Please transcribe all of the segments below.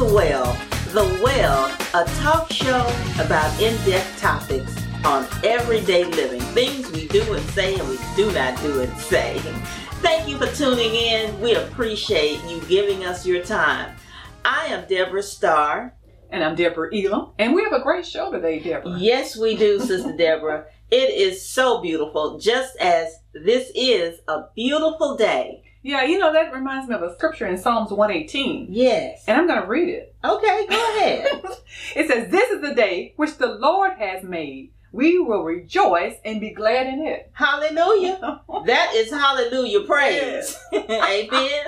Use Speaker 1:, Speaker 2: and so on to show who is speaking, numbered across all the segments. Speaker 1: Well. The Well, a talk show about in depth topics on everyday living, things we do and say and we do not do and say. Thank you for tuning in. We appreciate you giving us your time. I am Deborah Starr.
Speaker 2: And I'm Deborah Elam. And we have a great show today, Deborah.
Speaker 1: Yes, we do, Sister Deborah. It is so beautiful, just as this is a beautiful day.
Speaker 2: Yeah, you know, that reminds me of a scripture in Psalms 118.
Speaker 1: Yes.
Speaker 2: And I'm going to read it.
Speaker 1: Okay, go ahead.
Speaker 2: It says, This is the day which the Lord has made. We will rejoice and be glad in it.
Speaker 1: Hallelujah. That is hallelujah praise. Amen.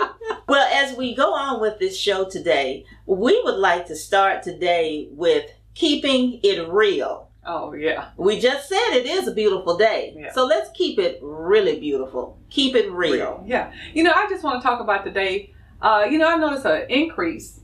Speaker 1: well, as we go on with this show today, we would like to start today with keeping it real.
Speaker 2: Oh, yeah.
Speaker 1: We just said it is a beautiful day.
Speaker 2: Yeah.
Speaker 1: So let's keep it really beautiful. Keep it real.
Speaker 2: Yeah. You know, I just want to talk about today. Uh, you know, I noticed an increase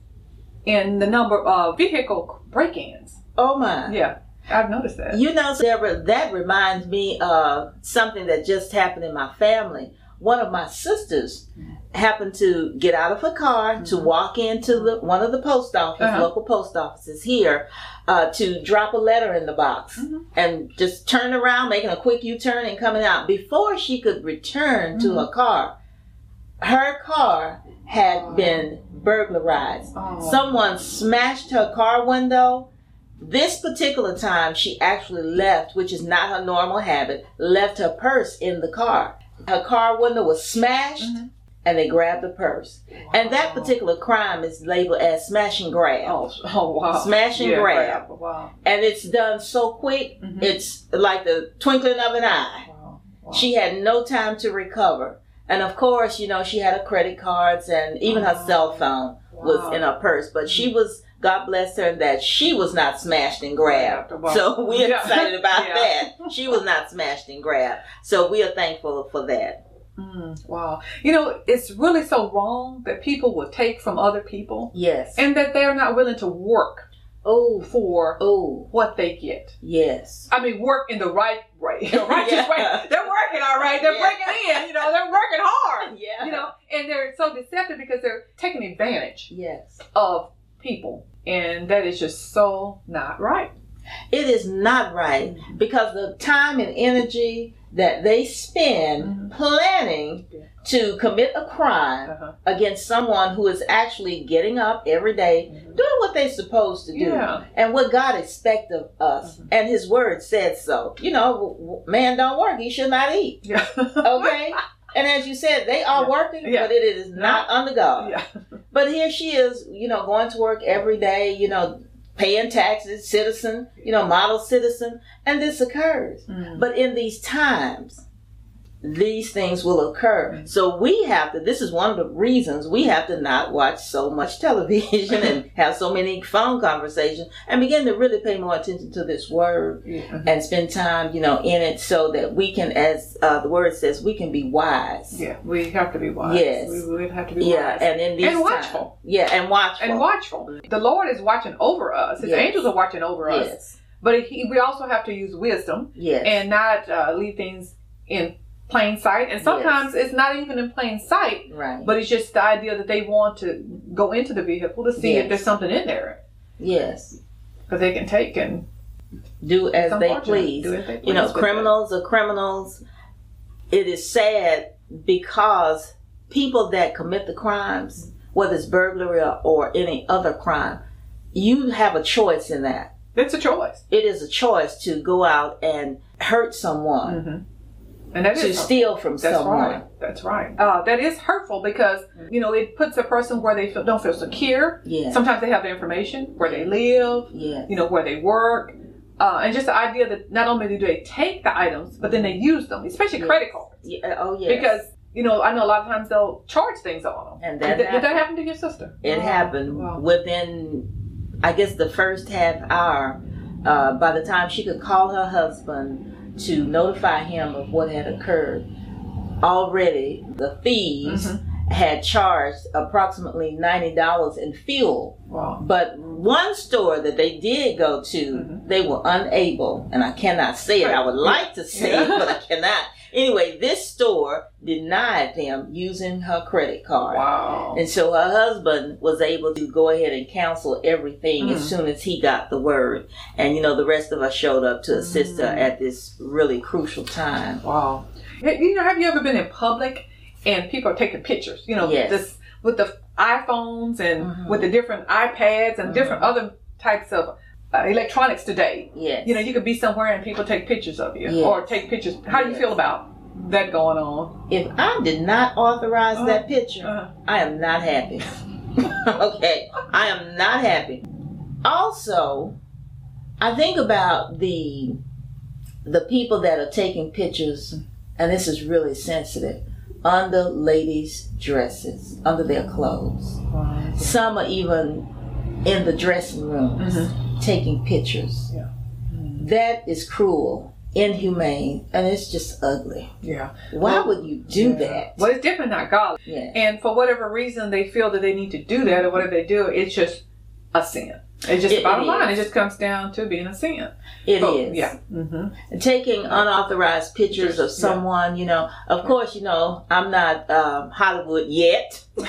Speaker 2: in the number of vehicle break ins.
Speaker 1: Oh my.
Speaker 2: Yeah, I've noticed that.
Speaker 1: You know, Deborah, that reminds me of something that just happened in my family. One of my sisters happened to get out of her car to walk into the one of the post office,
Speaker 2: Mm-hmm. Uh-huh.
Speaker 1: local post offices here, uh, to drop a letter in the box
Speaker 2: Mhm.
Speaker 1: and just turn around, making a quick U turn and coming out. Before she could return
Speaker 2: Mm-hmm.
Speaker 1: to her car, her car had been burglarized.
Speaker 2: Oh.
Speaker 1: Someone smashed her car window. This particular time, she actually left, which is not her normal habit, left her purse in the car. Her car window was smashed,
Speaker 2: Mhm.
Speaker 1: and they grabbed the purse. And that particular crime is labeled as smash and grab.
Speaker 2: Oh, oh wow.
Speaker 1: Smash and
Speaker 2: Yeah,
Speaker 1: grab.
Speaker 2: Wow.
Speaker 1: And it's done so quick,
Speaker 2: Mhm.
Speaker 1: it's like the twinkling of an eye.
Speaker 2: Wow. Wow.
Speaker 1: She had no time to recover. And of course, you know, she had her credit cards and even her
Speaker 2: Oh.
Speaker 1: cell phone was
Speaker 2: Wow.
Speaker 1: in her purse. But she was, God bless her, that she was not smashed and grabbed.
Speaker 2: Wow.
Speaker 1: So we're
Speaker 2: Yeah.
Speaker 1: excited about
Speaker 2: Yeah.
Speaker 1: that. She was not smashed and grabbed. So we are thankful for that.
Speaker 2: Mm, wow. You know, it's really so wrong that people will take from other people
Speaker 1: Yes.
Speaker 2: and that they're not willing to work
Speaker 1: Oh,
Speaker 2: for
Speaker 1: oh,
Speaker 2: what they get.
Speaker 1: yes.
Speaker 2: I mean, work in the right way, the righteous
Speaker 1: Yeah.
Speaker 2: way. They're working all right. They're
Speaker 1: Yeah.
Speaker 2: breaking in, you know, they're working hard,
Speaker 1: Yeah.
Speaker 2: you know, and they're so deceptive because they're taking advantage
Speaker 1: Yes.
Speaker 2: of people. And that is just so not right.
Speaker 1: It is not right because the time and energy that they spend
Speaker 2: Mhm.
Speaker 1: planning
Speaker 2: Yeah.
Speaker 1: to commit a crime
Speaker 2: Uh-huh.
Speaker 1: against someone who is actually getting up every day,
Speaker 2: Mhm.
Speaker 1: doing what they're supposed to do,
Speaker 2: Yeah.
Speaker 1: and what God expects of us.
Speaker 2: Mm-hmm.
Speaker 1: And His Word says so. You know, w- w- man don't work; he should not eat.
Speaker 2: Yeah.
Speaker 1: Okay. and as you said, they are
Speaker 2: Yeah.
Speaker 1: working,
Speaker 2: Yeah.
Speaker 1: but it is not under God.
Speaker 2: yeah.
Speaker 1: But here she is, you know, going to work every day. You know, paying taxes, citizen. You know, model citizen, and this occurs.
Speaker 2: Mm.
Speaker 1: But in these times, these things will occur. So we have to, this is one of the reasons we have to not watch so much television and have so many phone conversations and begin to really pay more attention to this word
Speaker 2: Yeah.
Speaker 1: and spend time, you know, in it so that we can, as uh, the word says, we can be wise.
Speaker 2: Yeah, we have to be wise.
Speaker 1: Yes.
Speaker 2: We would have to be
Speaker 1: Yeah,
Speaker 2: wise.
Speaker 1: and in these
Speaker 2: And
Speaker 1: times-
Speaker 2: watchful.
Speaker 1: yeah, and watchful.
Speaker 2: and watchful. The Lord is watching over us. His
Speaker 1: Yes.
Speaker 2: angels are watching over us.
Speaker 1: Yes,
Speaker 2: But he, we also have to use wisdom
Speaker 1: yes,
Speaker 2: and not uh, leave things in plain sight. And sometimes it's not even in plain sight,
Speaker 1: right.
Speaker 2: but it's just the idea that they want to go into the vehicle to see
Speaker 1: Yes.
Speaker 2: if there's something in there
Speaker 1: yes,
Speaker 2: that they can take and
Speaker 1: do as
Speaker 2: it's
Speaker 1: they
Speaker 2: unfortunate.
Speaker 1: please.
Speaker 2: Do as they please.
Speaker 1: you know
Speaker 2: with it.
Speaker 1: criminals are criminals it is sad because people that commit the crimes whether it's burglary or, or any other crime you have a choice in that
Speaker 2: It's a choice.
Speaker 1: it is a choice to go out and hurt someone
Speaker 2: Mm-hmm. And Mm. that is
Speaker 1: to steal from
Speaker 2: That's
Speaker 1: someone
Speaker 2: right. That's right. Mm-hmm. Uh, that is hurtful because you know it puts a person where they feel, don't feel secure.
Speaker 1: Yeah.
Speaker 2: Sometimes they have the information where they live,
Speaker 1: yeah
Speaker 2: you know where they work, uh, and just the idea that not only do they take the items, but then they use them, especially
Speaker 1: Yes.
Speaker 2: credit cards,
Speaker 1: yeah oh yeah
Speaker 2: because you know I know a lot of times they'll charge things on them.
Speaker 1: And that
Speaker 2: did, did that happen to your sister?
Speaker 1: it happened
Speaker 2: Oh, Wow.
Speaker 1: within i guess the first half hour uh, by the time she could call her husband to notify him of what had occurred already the thieves
Speaker 2: Mm-hmm.
Speaker 1: had charged approximately $90 in fuel
Speaker 2: Wow.
Speaker 1: but one store that they did go to, they were unable, and I cannot say it. I would like to say it, but I cannot. Anyway, this store denied them using her credit card.
Speaker 2: Wow.
Speaker 1: And so her husband was able to go ahead and cancel everything
Speaker 2: Mm.
Speaker 1: as soon as he got the word. And you know, the rest of us showed up to assist
Speaker 2: Mm.
Speaker 1: her at this really crucial time.
Speaker 2: Wow. Hey, You know, have you ever been in public and people are taking pictures? You know,
Speaker 1: Yes.
Speaker 2: this with the iPhones and
Speaker 1: Mhm.
Speaker 2: with the different iPads and different
Speaker 1: Mm-hmm.
Speaker 2: other types of uh, electronics today.
Speaker 1: Yes.
Speaker 2: You know, you could be somewhere and people take pictures of you
Speaker 1: Yes.
Speaker 2: or take pictures. How do you
Speaker 1: Yes.
Speaker 2: feel about that going on?
Speaker 1: if I did not authorize
Speaker 2: Uh,
Speaker 1: that picture,
Speaker 2: uh.
Speaker 1: I am not happy. okay, I am not happy. Also, I think about the the people that are taking pictures, and this is really sensitive, under ladies' dresses, under their clothes. Some are even in the dressing rooms taking pictures.
Speaker 2: Mm-hmm. Yeah. Mm-hmm.
Speaker 1: That is cruel, inhumane, and it's just ugly.
Speaker 2: Yeah.
Speaker 1: Why would you do
Speaker 2: Yeah.
Speaker 1: that?
Speaker 2: Well, it's different not God.
Speaker 1: Yeah.
Speaker 2: And for whatever reason they feel that they need to do that or whatever they do, it's just a sin. It's just
Speaker 1: It-
Speaker 2: bottom
Speaker 1: it
Speaker 2: line.
Speaker 1: is.
Speaker 2: It just comes down to being a sin.
Speaker 1: It is.
Speaker 2: So, Yeah. hmm
Speaker 1: taking unauthorized pictures of
Speaker 2: Yeah.
Speaker 1: someone, you know, of course, you know, I'm not um, Hollywood yet.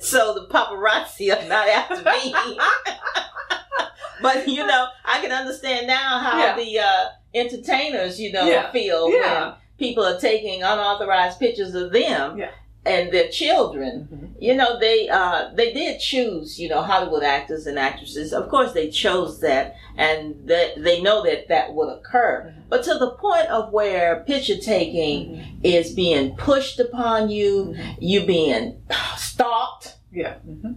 Speaker 1: so the paparazzi are not after me. but, you know, I can understand now how
Speaker 2: Yeah.
Speaker 1: the uh, entertainers, you know,
Speaker 2: Yeah.
Speaker 1: feel
Speaker 2: Yeah.
Speaker 1: when people are taking unauthorized pictures of them.
Speaker 2: Yeah.
Speaker 1: And their children,
Speaker 2: Mm-hmm.
Speaker 1: you know, they uh, they did choose, you know, Hollywood actors and actresses. Of course, they chose that, and that they know that that would occur.
Speaker 2: Mm-hmm.
Speaker 1: But to the point of where picture taking is being pushed upon you,
Speaker 2: Mm-hmm.
Speaker 1: you being stalked,
Speaker 2: Yeah. hmm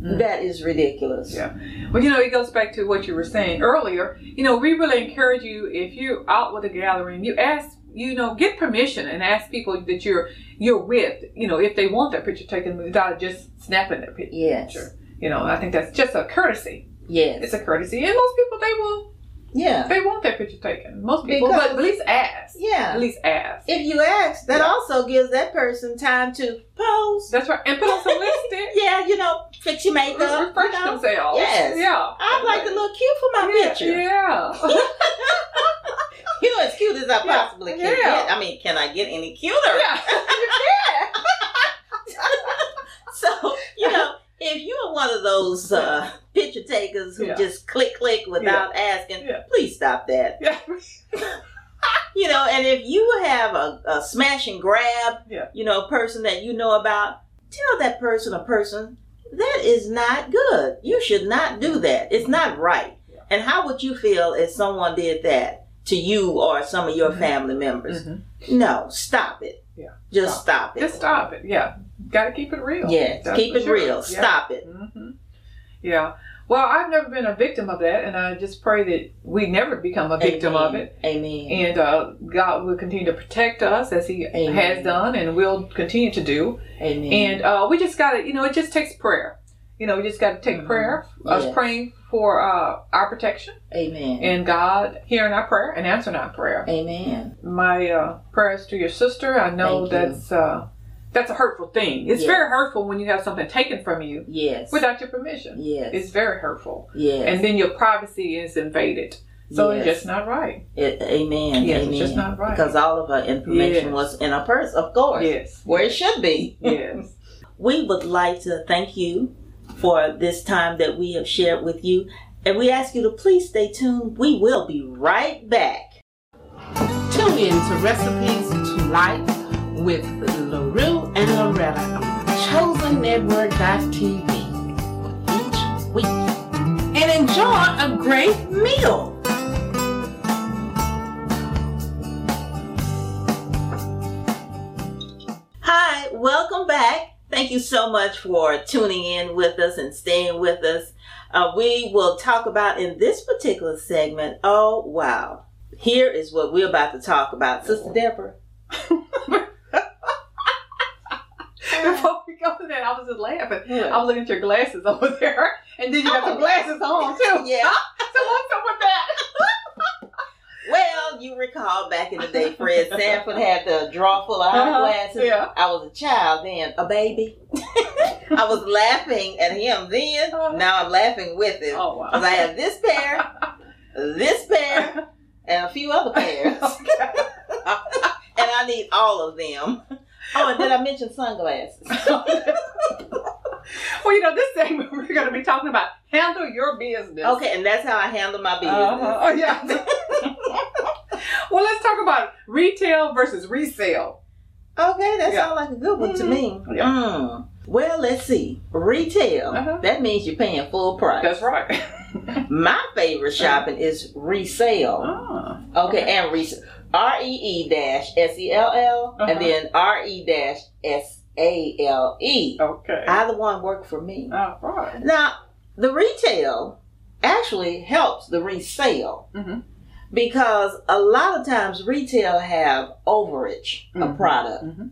Speaker 2: Mm.
Speaker 1: that is ridiculous.
Speaker 2: Yeah. Well, you know, it goes back to what you were saying earlier. You know, we really encourage you if you're out with a gathering, you ask, you know, get permission and ask people that you're you're with, you know, if they want that picture taken without just snapping their picture.
Speaker 1: Yes.
Speaker 2: You know, I think that's just a courtesy.
Speaker 1: Yes.
Speaker 2: It's a courtesy, and most people they will
Speaker 1: Yeah.
Speaker 2: they want their picture taken. Most people,
Speaker 1: Because-
Speaker 2: but at least ask. At
Speaker 1: Yeah.
Speaker 2: least ask.
Speaker 1: If you ask, that
Speaker 2: Yeah.
Speaker 1: also gives that person time to pose.
Speaker 2: That's right. And put on some lipstick.
Speaker 1: Yeah, you know, fix your makeup. you
Speaker 2: refresh
Speaker 1: know.
Speaker 2: themselves.
Speaker 1: Yes.
Speaker 2: Yeah.
Speaker 1: I'd like to look cute for my
Speaker 2: yeah,
Speaker 1: picture.
Speaker 2: Yeah.
Speaker 1: You know, as cute as I
Speaker 2: Yeah.
Speaker 1: possibly can
Speaker 2: Yeah.
Speaker 1: get. I mean, can I get any cuter?
Speaker 2: yeah.
Speaker 1: So, you know, if you are one of those uh, picture takers who
Speaker 2: Yeah.
Speaker 1: just click, click without asking,
Speaker 2: Yeah.
Speaker 1: please stop that.
Speaker 2: Yeah.
Speaker 1: You know, and if you have a, a smash and grab,
Speaker 2: Yeah.
Speaker 1: you know, person that you know about, tell that person or person, that is not good. You should not do that. It's not right.
Speaker 2: Yeah.
Speaker 1: And how would you feel if someone did that to you or some of your
Speaker 2: Mhm.
Speaker 1: family members?
Speaker 2: Mhm.
Speaker 1: No, stop it.
Speaker 2: Yeah.
Speaker 1: Just stop, it.
Speaker 2: Just stop it. Yeah. Got to keep it real.
Speaker 1: Yes,
Speaker 2: That's
Speaker 1: keep
Speaker 2: for
Speaker 1: it
Speaker 2: sure.
Speaker 1: real.
Speaker 2: Yeah.
Speaker 1: Stop it.
Speaker 2: hmm Yeah. Well, I've never been a victim of that, and I just pray that we never become a victim
Speaker 1: Amen.
Speaker 2: of it.
Speaker 1: Amen.
Speaker 2: And uh, God will continue to protect us as He
Speaker 1: Amen.
Speaker 2: has done and will continue to do.
Speaker 1: Amen.
Speaker 2: And uh, we just got to, you know, it just takes prayer. You know, we just got to take
Speaker 1: Mhm.
Speaker 2: prayer, us
Speaker 1: Yes.
Speaker 2: praying for uh, our protection
Speaker 1: Amen.
Speaker 2: and God hearing our prayer and answering our prayer.
Speaker 1: Amen.
Speaker 2: my uh, prayers to your sister. I know
Speaker 1: Thank you.
Speaker 2: that's uh, that's a hurtful thing. It's
Speaker 1: Yes.
Speaker 2: very hurtful when you have something taken from you
Speaker 1: Yes.
Speaker 2: without your permission.
Speaker 1: yes.
Speaker 2: It's very hurtful,
Speaker 1: yes.
Speaker 2: and then your privacy is invaded. So it's
Speaker 1: Yes.
Speaker 2: just not right.
Speaker 1: It- amen.
Speaker 2: Yes,
Speaker 1: amen.
Speaker 2: it's just not right.
Speaker 1: Because all of her information
Speaker 2: Yes.
Speaker 1: was in her purse, of course,
Speaker 2: Yes.
Speaker 1: where it should be.
Speaker 2: yes.
Speaker 1: We would like to thank you for this time that we have shared with you, and we ask you to please stay tuned. We will be right back.
Speaker 3: Tune in to Recipes to Life with LaRue and Loretta on ChosenNetwork.tv each week. And enjoy a great meal.
Speaker 1: Hi, welcome back. Thank you so much for tuning in with us and staying with us. Uh, we will talk about in this particular segment. Oh, wow. Here is what we're about to talk about. Sister Deborah.
Speaker 2: Before we go to that, I was just laughing. I
Speaker 1: Yeah.
Speaker 2: was looking at your glasses over there, and then you
Speaker 1: Oh,
Speaker 2: got the glasses on too. So what's up with that?
Speaker 1: Well, you recall back in the day, Fred Sanford had the drawer full of
Speaker 2: Uh-huh,
Speaker 1: eyeglasses.
Speaker 2: yeah.
Speaker 1: I was a child then, a baby. I was laughing at him then.
Speaker 2: Uh-huh.
Speaker 1: Now I'm laughing with him.
Speaker 2: Oh
Speaker 1: Because I
Speaker 2: wow.
Speaker 1: had this pair, this pair, and a few other pairs. need all of them. Oh, and did I mention sunglasses?
Speaker 2: Well, you know, this segment we're going to be talking about handle your business.
Speaker 1: okay, and that's how I handle my business.
Speaker 2: Uh-huh. Oh, yeah. well, let's talk about retail versus resale.
Speaker 1: Okay, that
Speaker 2: Yeah.
Speaker 1: sounds
Speaker 2: Mm-hmm.
Speaker 1: like a good one to me.
Speaker 2: Yeah.
Speaker 1: Mm. Well, let's see. Retail.
Speaker 2: Uh-huh.
Speaker 1: That means you're paying full price.
Speaker 2: That's right. Uh-huh.
Speaker 1: My favorite shopping is resale.
Speaker 2: Ah.
Speaker 1: Okay, and resale. R E E dash S E L L
Speaker 2: Uh-huh.
Speaker 1: and then R E dash S A L E.
Speaker 2: Okay.
Speaker 1: Either one work for me.
Speaker 2: All right.
Speaker 1: Now, the retail actually helps the resale
Speaker 2: Mhm.
Speaker 1: because a lot of times retail have overage of
Speaker 2: Mhm.
Speaker 1: product
Speaker 2: Mhm.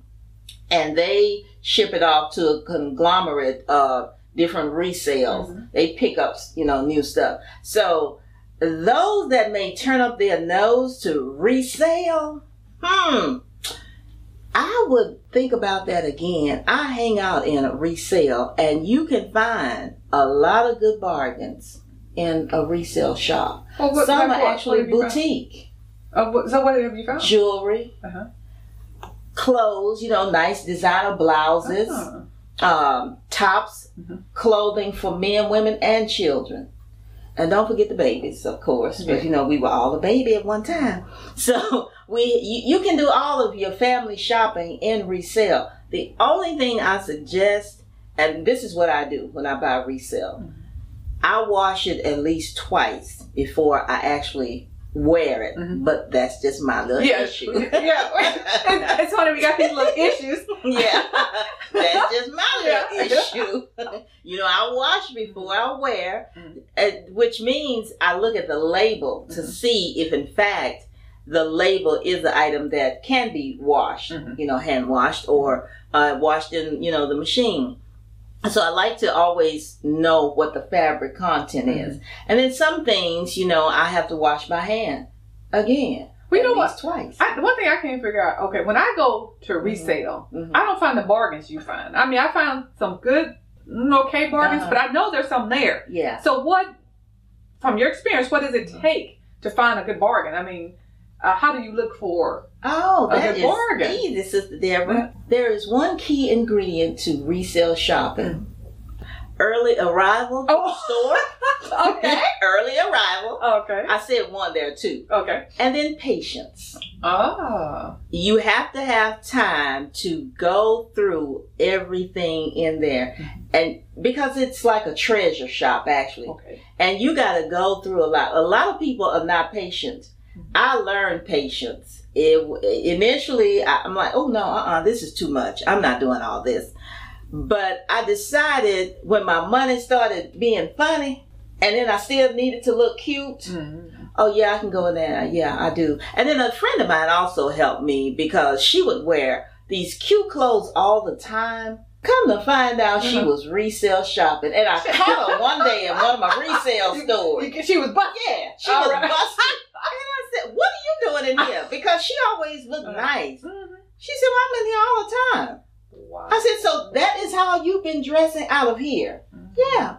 Speaker 1: and they ship it off to a conglomerate of different resales.
Speaker 2: Mhm.
Speaker 1: They pick up, you know, new stuff. So those that may turn up their nose to resale, hmm, I would think about that again. I hang out in a resale, and you can find a lot of good bargains in a resale shop.
Speaker 2: Well, what-
Speaker 1: Some
Speaker 2: what-
Speaker 1: are
Speaker 2: what
Speaker 1: actually
Speaker 2: have you found?
Speaker 1: boutique,
Speaker 2: Uh, what- so what have you found?
Speaker 1: jewelry,
Speaker 2: Uh-huh.
Speaker 1: clothes, you know, nice designer blouses
Speaker 2: Ah.
Speaker 1: um, tops,
Speaker 2: Mhm.
Speaker 1: clothing for men, women, and children. And don't forget the babies, of course,
Speaker 2: Yeah.
Speaker 1: but you know we were all a baby at one time. So we, you, you can do all of your family shopping in resale. The only thing I suggest, and this is what I do when I buy resale,
Speaker 2: Mm-hmm.
Speaker 1: I wash it at least twice before I actually wear it.
Speaker 2: Mhm.
Speaker 1: But that's just my little
Speaker 2: Yes.
Speaker 1: issue.
Speaker 2: yeah. It's- it's funny we got these little issues.
Speaker 1: Yeah, that's just my
Speaker 2: Yeah.
Speaker 1: little issue. you know, I wash before I wear,
Speaker 2: Mhm.
Speaker 1: and- which means I look at the label to
Speaker 2: Mhm.
Speaker 1: see if, in fact, the label is the item that can be washed,
Speaker 2: Mhm.
Speaker 1: you know, hand washed or uh, washed in, you know, the machine. So I like to always know what the fabric content
Speaker 2: Mm-hmm.
Speaker 1: is. And then some things, you know, I have to wash by hand again.
Speaker 2: We
Speaker 1: at
Speaker 2: know what?
Speaker 1: least Twice.
Speaker 2: I, one thing I can't figure out. Okay, when I go to resale,
Speaker 1: Mhm.
Speaker 2: I don't find the bargains you find. I mean, I found some good, mm, okay bargains,
Speaker 1: Uh-huh.
Speaker 2: but I know there's some there.
Speaker 1: yeah.
Speaker 2: So, what, from your experience, what does it
Speaker 1: Mm-hmm.
Speaker 2: take to find a good bargain? I mean, uh, how do you look for?
Speaker 1: Oh,
Speaker 2: Of
Speaker 1: that
Speaker 2: the
Speaker 1: is
Speaker 2: bargain.
Speaker 1: easy, Sister Deborah. There is one key ingredient to resale shopping. Early arrival to
Speaker 2: Oh.
Speaker 1: the store.
Speaker 2: Okay.
Speaker 1: Early arrival.
Speaker 2: Okay.
Speaker 1: I said one there too.
Speaker 2: Okay.
Speaker 1: And then patience.
Speaker 2: Ah.
Speaker 1: You have to have time to go through everything in there.
Speaker 2: Mm-hmm.
Speaker 1: And because it's like a treasure shop actually.
Speaker 2: Okay.
Speaker 1: And you got to go through a lot. A lot of people are not patient. I learned patience. It, initially, I- I'm like, oh no, uh-uh, this is too much. I'm not doing all this. But I decided when my money started being funny, and then I still needed to look cute.
Speaker 2: Mm.
Speaker 1: Oh yeah, I can go in there. Yeah, I do. And then a friend of mine also helped me because she would wear these cute clothes all the time. Come to find out, she
Speaker 2: Mhm.
Speaker 1: was resale shopping, and I caught her one day in one of my resale stores.
Speaker 2: You- She was busted.
Speaker 1: Yeah, she
Speaker 2: All
Speaker 1: was
Speaker 2: right.
Speaker 1: busted. And I said, "What are you doing in here?" Because she always looked
Speaker 2: Uh-huh.
Speaker 1: nice.
Speaker 2: Mhm.
Speaker 1: She said, well, "I'm in here all the time."
Speaker 2: Wow.
Speaker 1: Mm-hmm. I said, "So that is how you've been dressing out of here?"
Speaker 2: Mm-hmm.
Speaker 1: Yeah.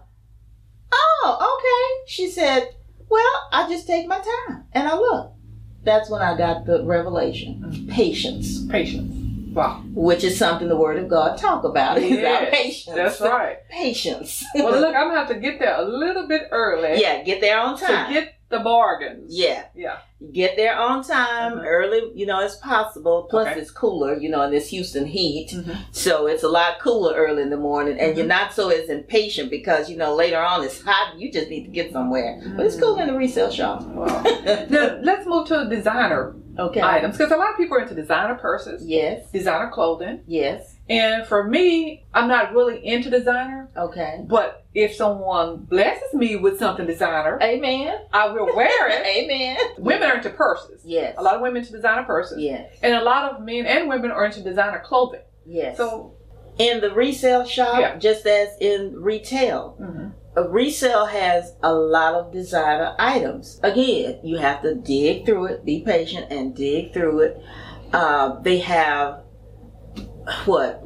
Speaker 1: Oh, okay. She said, Well, I just take my time and I look. That's when I got the revelation. Patience,
Speaker 2: Patience. Wow.
Speaker 1: which is something the Word of God talk about. Is our
Speaker 2: Yes,
Speaker 1: patience.
Speaker 2: That's right.
Speaker 1: Patience.
Speaker 2: Well, look, I'm gonna have to get there a little bit early.
Speaker 1: yeah, get there on
Speaker 2: To
Speaker 1: time.
Speaker 2: get the bargains.
Speaker 1: yeah.
Speaker 2: Yeah.
Speaker 1: Get there on time,
Speaker 2: Mhm.
Speaker 1: early, you know, as possible. Plus,
Speaker 2: Okay.
Speaker 1: it's cooler, you know, in this Houston heat.
Speaker 2: Mhm.
Speaker 1: So it's a lot cooler early in the morning, and
Speaker 2: Mhm.
Speaker 1: you're not so as impatient because, you know, later on it's hot. You just need to get somewhere. But it's cool in the resale shop.
Speaker 2: Wow. Mm-hmm. now, let's move to designer
Speaker 1: Okay.
Speaker 2: items because a lot of people are into designer purses,
Speaker 1: Yes.
Speaker 2: designer clothing.
Speaker 1: Yes.
Speaker 2: And for me, I'm not really into designer,
Speaker 1: Okay.
Speaker 2: but if someone blesses me with something designer,
Speaker 1: Amen.
Speaker 2: I will wear it.
Speaker 1: Amen.
Speaker 2: women are into purses.
Speaker 1: Yes.
Speaker 2: A lot of women into designer purses.
Speaker 1: Yes.
Speaker 2: And a lot of men and women are into designer clothing.
Speaker 1: Yes. So
Speaker 2: So,
Speaker 1: in the resale shop,
Speaker 2: Yeah.
Speaker 1: just as in retail,
Speaker 2: mm-hmm.
Speaker 1: a resale has a lot of designer items. Again, you have to dig through it, be patient, and dig through it. Uh, they have what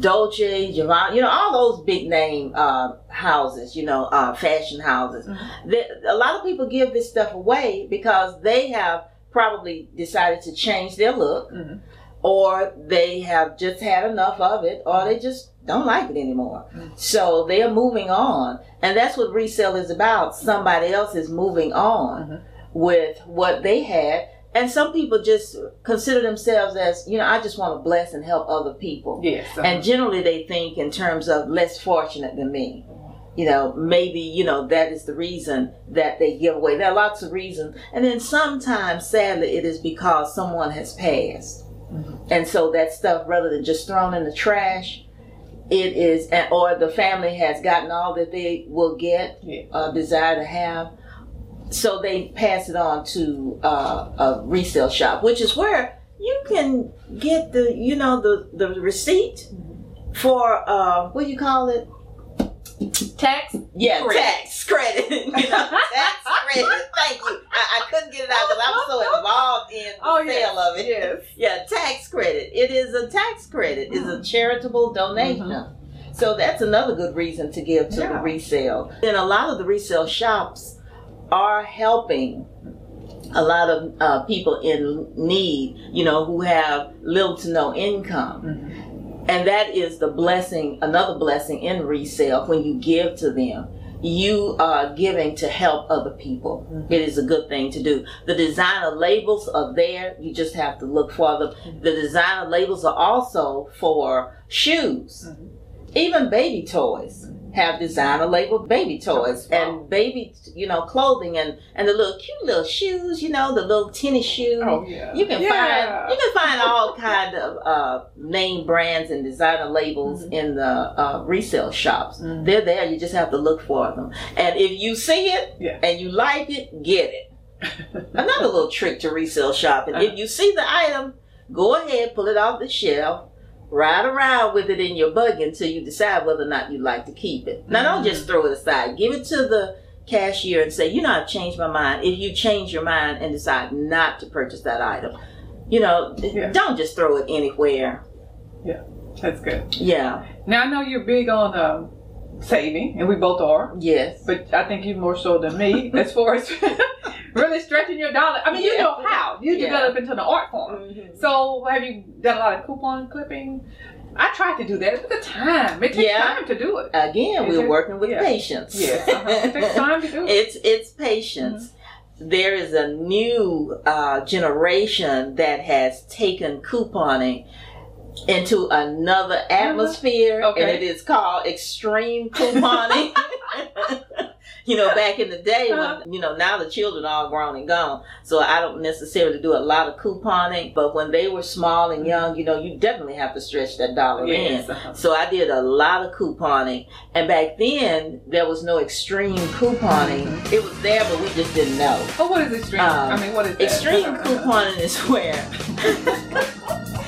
Speaker 1: Dolce, Giovanni, you know, all those big name uh, houses, you know, uh, fashion houses. The, a lot of people give this stuff away because they have probably decided to change their look.
Speaker 2: Mhm.
Speaker 1: or they have just had enough of it, or they just don't like it anymore. So they're moving on. And that's what resale is about. Somebody else is moving on
Speaker 2: Mhm.
Speaker 1: with what they had. And some people just consider themselves as, you know, I just want to bless and help other people.
Speaker 2: Yes. uh,
Speaker 1: And generally they think in terms of less fortunate than me. You know, maybe, you know, that is the reason that they give away. There are lots of reasons. And then sometimes, sadly, it is because someone has passed. And so that stuff, rather than just thrown in the trash, it is, and- or the family has gotten all that they will get,
Speaker 2: Yeah.
Speaker 1: uh, desire to have. So they pass it on to uh, a resale shop, which is where you can get the, you know, the, the receipt for, uh, what do you call it?
Speaker 2: tax.
Speaker 1: Yeah,
Speaker 2: Credit.
Speaker 1: tax credit. You know, tax credit. Thank you. I, I couldn't get it out because I'm so involved in the sale
Speaker 2: Oh, yes.
Speaker 1: of it.
Speaker 2: Yes.
Speaker 1: Yeah, tax credit. It is a tax credit. It's a charitable donation. So that's another good reason to give to the
Speaker 2: Yeah.
Speaker 1: resale. And a lot of the resale shops are helping a lot of uh, people in need, you know, who have little to no income. And that is the blessing, another blessing in resale when you give to them. You are giving to help other people. It is a good thing to do. The designer labels are there. You just have to look for them. The designer labels are also for shoes. Even baby toys have designer labeled baby toys and baby, you know, clothing and, and the little cute little shoes, you know, the little tennis shoes.
Speaker 2: Oh yeah.
Speaker 1: You can
Speaker 2: Yeah.
Speaker 1: find you can find all kind of uh, name brands and designer labels
Speaker 2: Mm-hmm.
Speaker 1: in the uh, resale shops.
Speaker 2: Mhm.
Speaker 1: They're there. You just have to look for them. And if you see it
Speaker 2: Yeah.
Speaker 1: and you like it, get it. Another little trick to resale shopping:
Speaker 2: Uh-huh.
Speaker 1: if you see the item, go ahead, pull it off the shelf. Ride around with it in your buggy until you decide whether or not you'd like to keep it. Now, don't just
Speaker 2: Mm-hmm.
Speaker 1: throw it aside. Give it to the cashier and say, you know, I've changed my mind. If you change your mind and decide not to purchase that item, you know, d-
Speaker 2: Yeah.
Speaker 1: don't just throw it anywhere.
Speaker 2: That's good.
Speaker 1: Yeah.
Speaker 2: Now I know you're big on um, saving, and we both are.
Speaker 1: Yes.
Speaker 2: But I think you more so than me as far as really stretching your dollar. I mean, you
Speaker 1: Yeah.
Speaker 2: know how you
Speaker 1: Yeah. Mm-hmm.
Speaker 2: develop into an art form. So have you done a lot of coupon clipping? I tried to do that. It took time. It takes
Speaker 1: Yeah.
Speaker 2: time to do it.
Speaker 1: Again, we're
Speaker 2: Mhm.
Speaker 1: working with
Speaker 2: Yeah.
Speaker 1: patience.
Speaker 2: Yes, uh-huh. it takes time to do it.
Speaker 1: it's it's patience.
Speaker 2: Mm-hmm.
Speaker 1: There is a new uh, generation that has taken couponing into another atmosphere,
Speaker 2: Mm-hmm. Okay.
Speaker 1: and it is called extreme couponing. you know, back in the day,
Speaker 2: Uh-huh.
Speaker 1: when you know now the children are all grown and gone, so I don't necessarily do a lot of couponing. But when they were small and young, you know, you definitely have to stretch that dollar in.
Speaker 2: Mm-hmm. Yes, uh-huh.
Speaker 1: So I did a lot of couponing. And back then, there was no extreme couponing. It was there, but we just didn't know.
Speaker 2: Oh, what is extreme?
Speaker 1: Um,
Speaker 2: I mean, what is that?
Speaker 1: Extreme couponing is where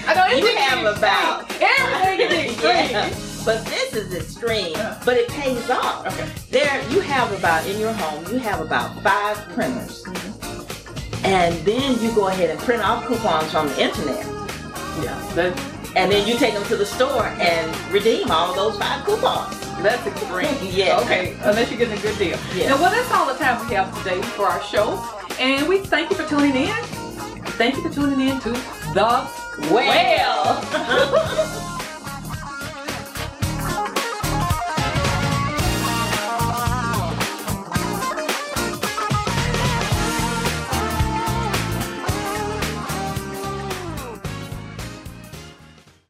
Speaker 2: I know
Speaker 1: you
Speaker 2: everything is
Speaker 1: have
Speaker 2: extreme.
Speaker 1: about.
Speaker 2: everything is extreme.
Speaker 1: Yeah. But this is extreme,
Speaker 2: Yeah.
Speaker 1: but it pays off.
Speaker 2: Okay.
Speaker 1: There, you have about, in your home, you have about five printers.
Speaker 2: Mm-hmm.
Speaker 1: And then you go ahead and print off coupons from the internet.
Speaker 2: Yeah, that's
Speaker 1: And then you take them to the store and redeem all those five coupons.
Speaker 2: that's extreme.
Speaker 1: Yeah.
Speaker 2: Okay, unless you're getting a good deal.
Speaker 1: Yeah.
Speaker 2: Now, well, that's all the time we have today for our show, and we thank you for tuning in. Thank you for tuning in to the
Speaker 1: Well.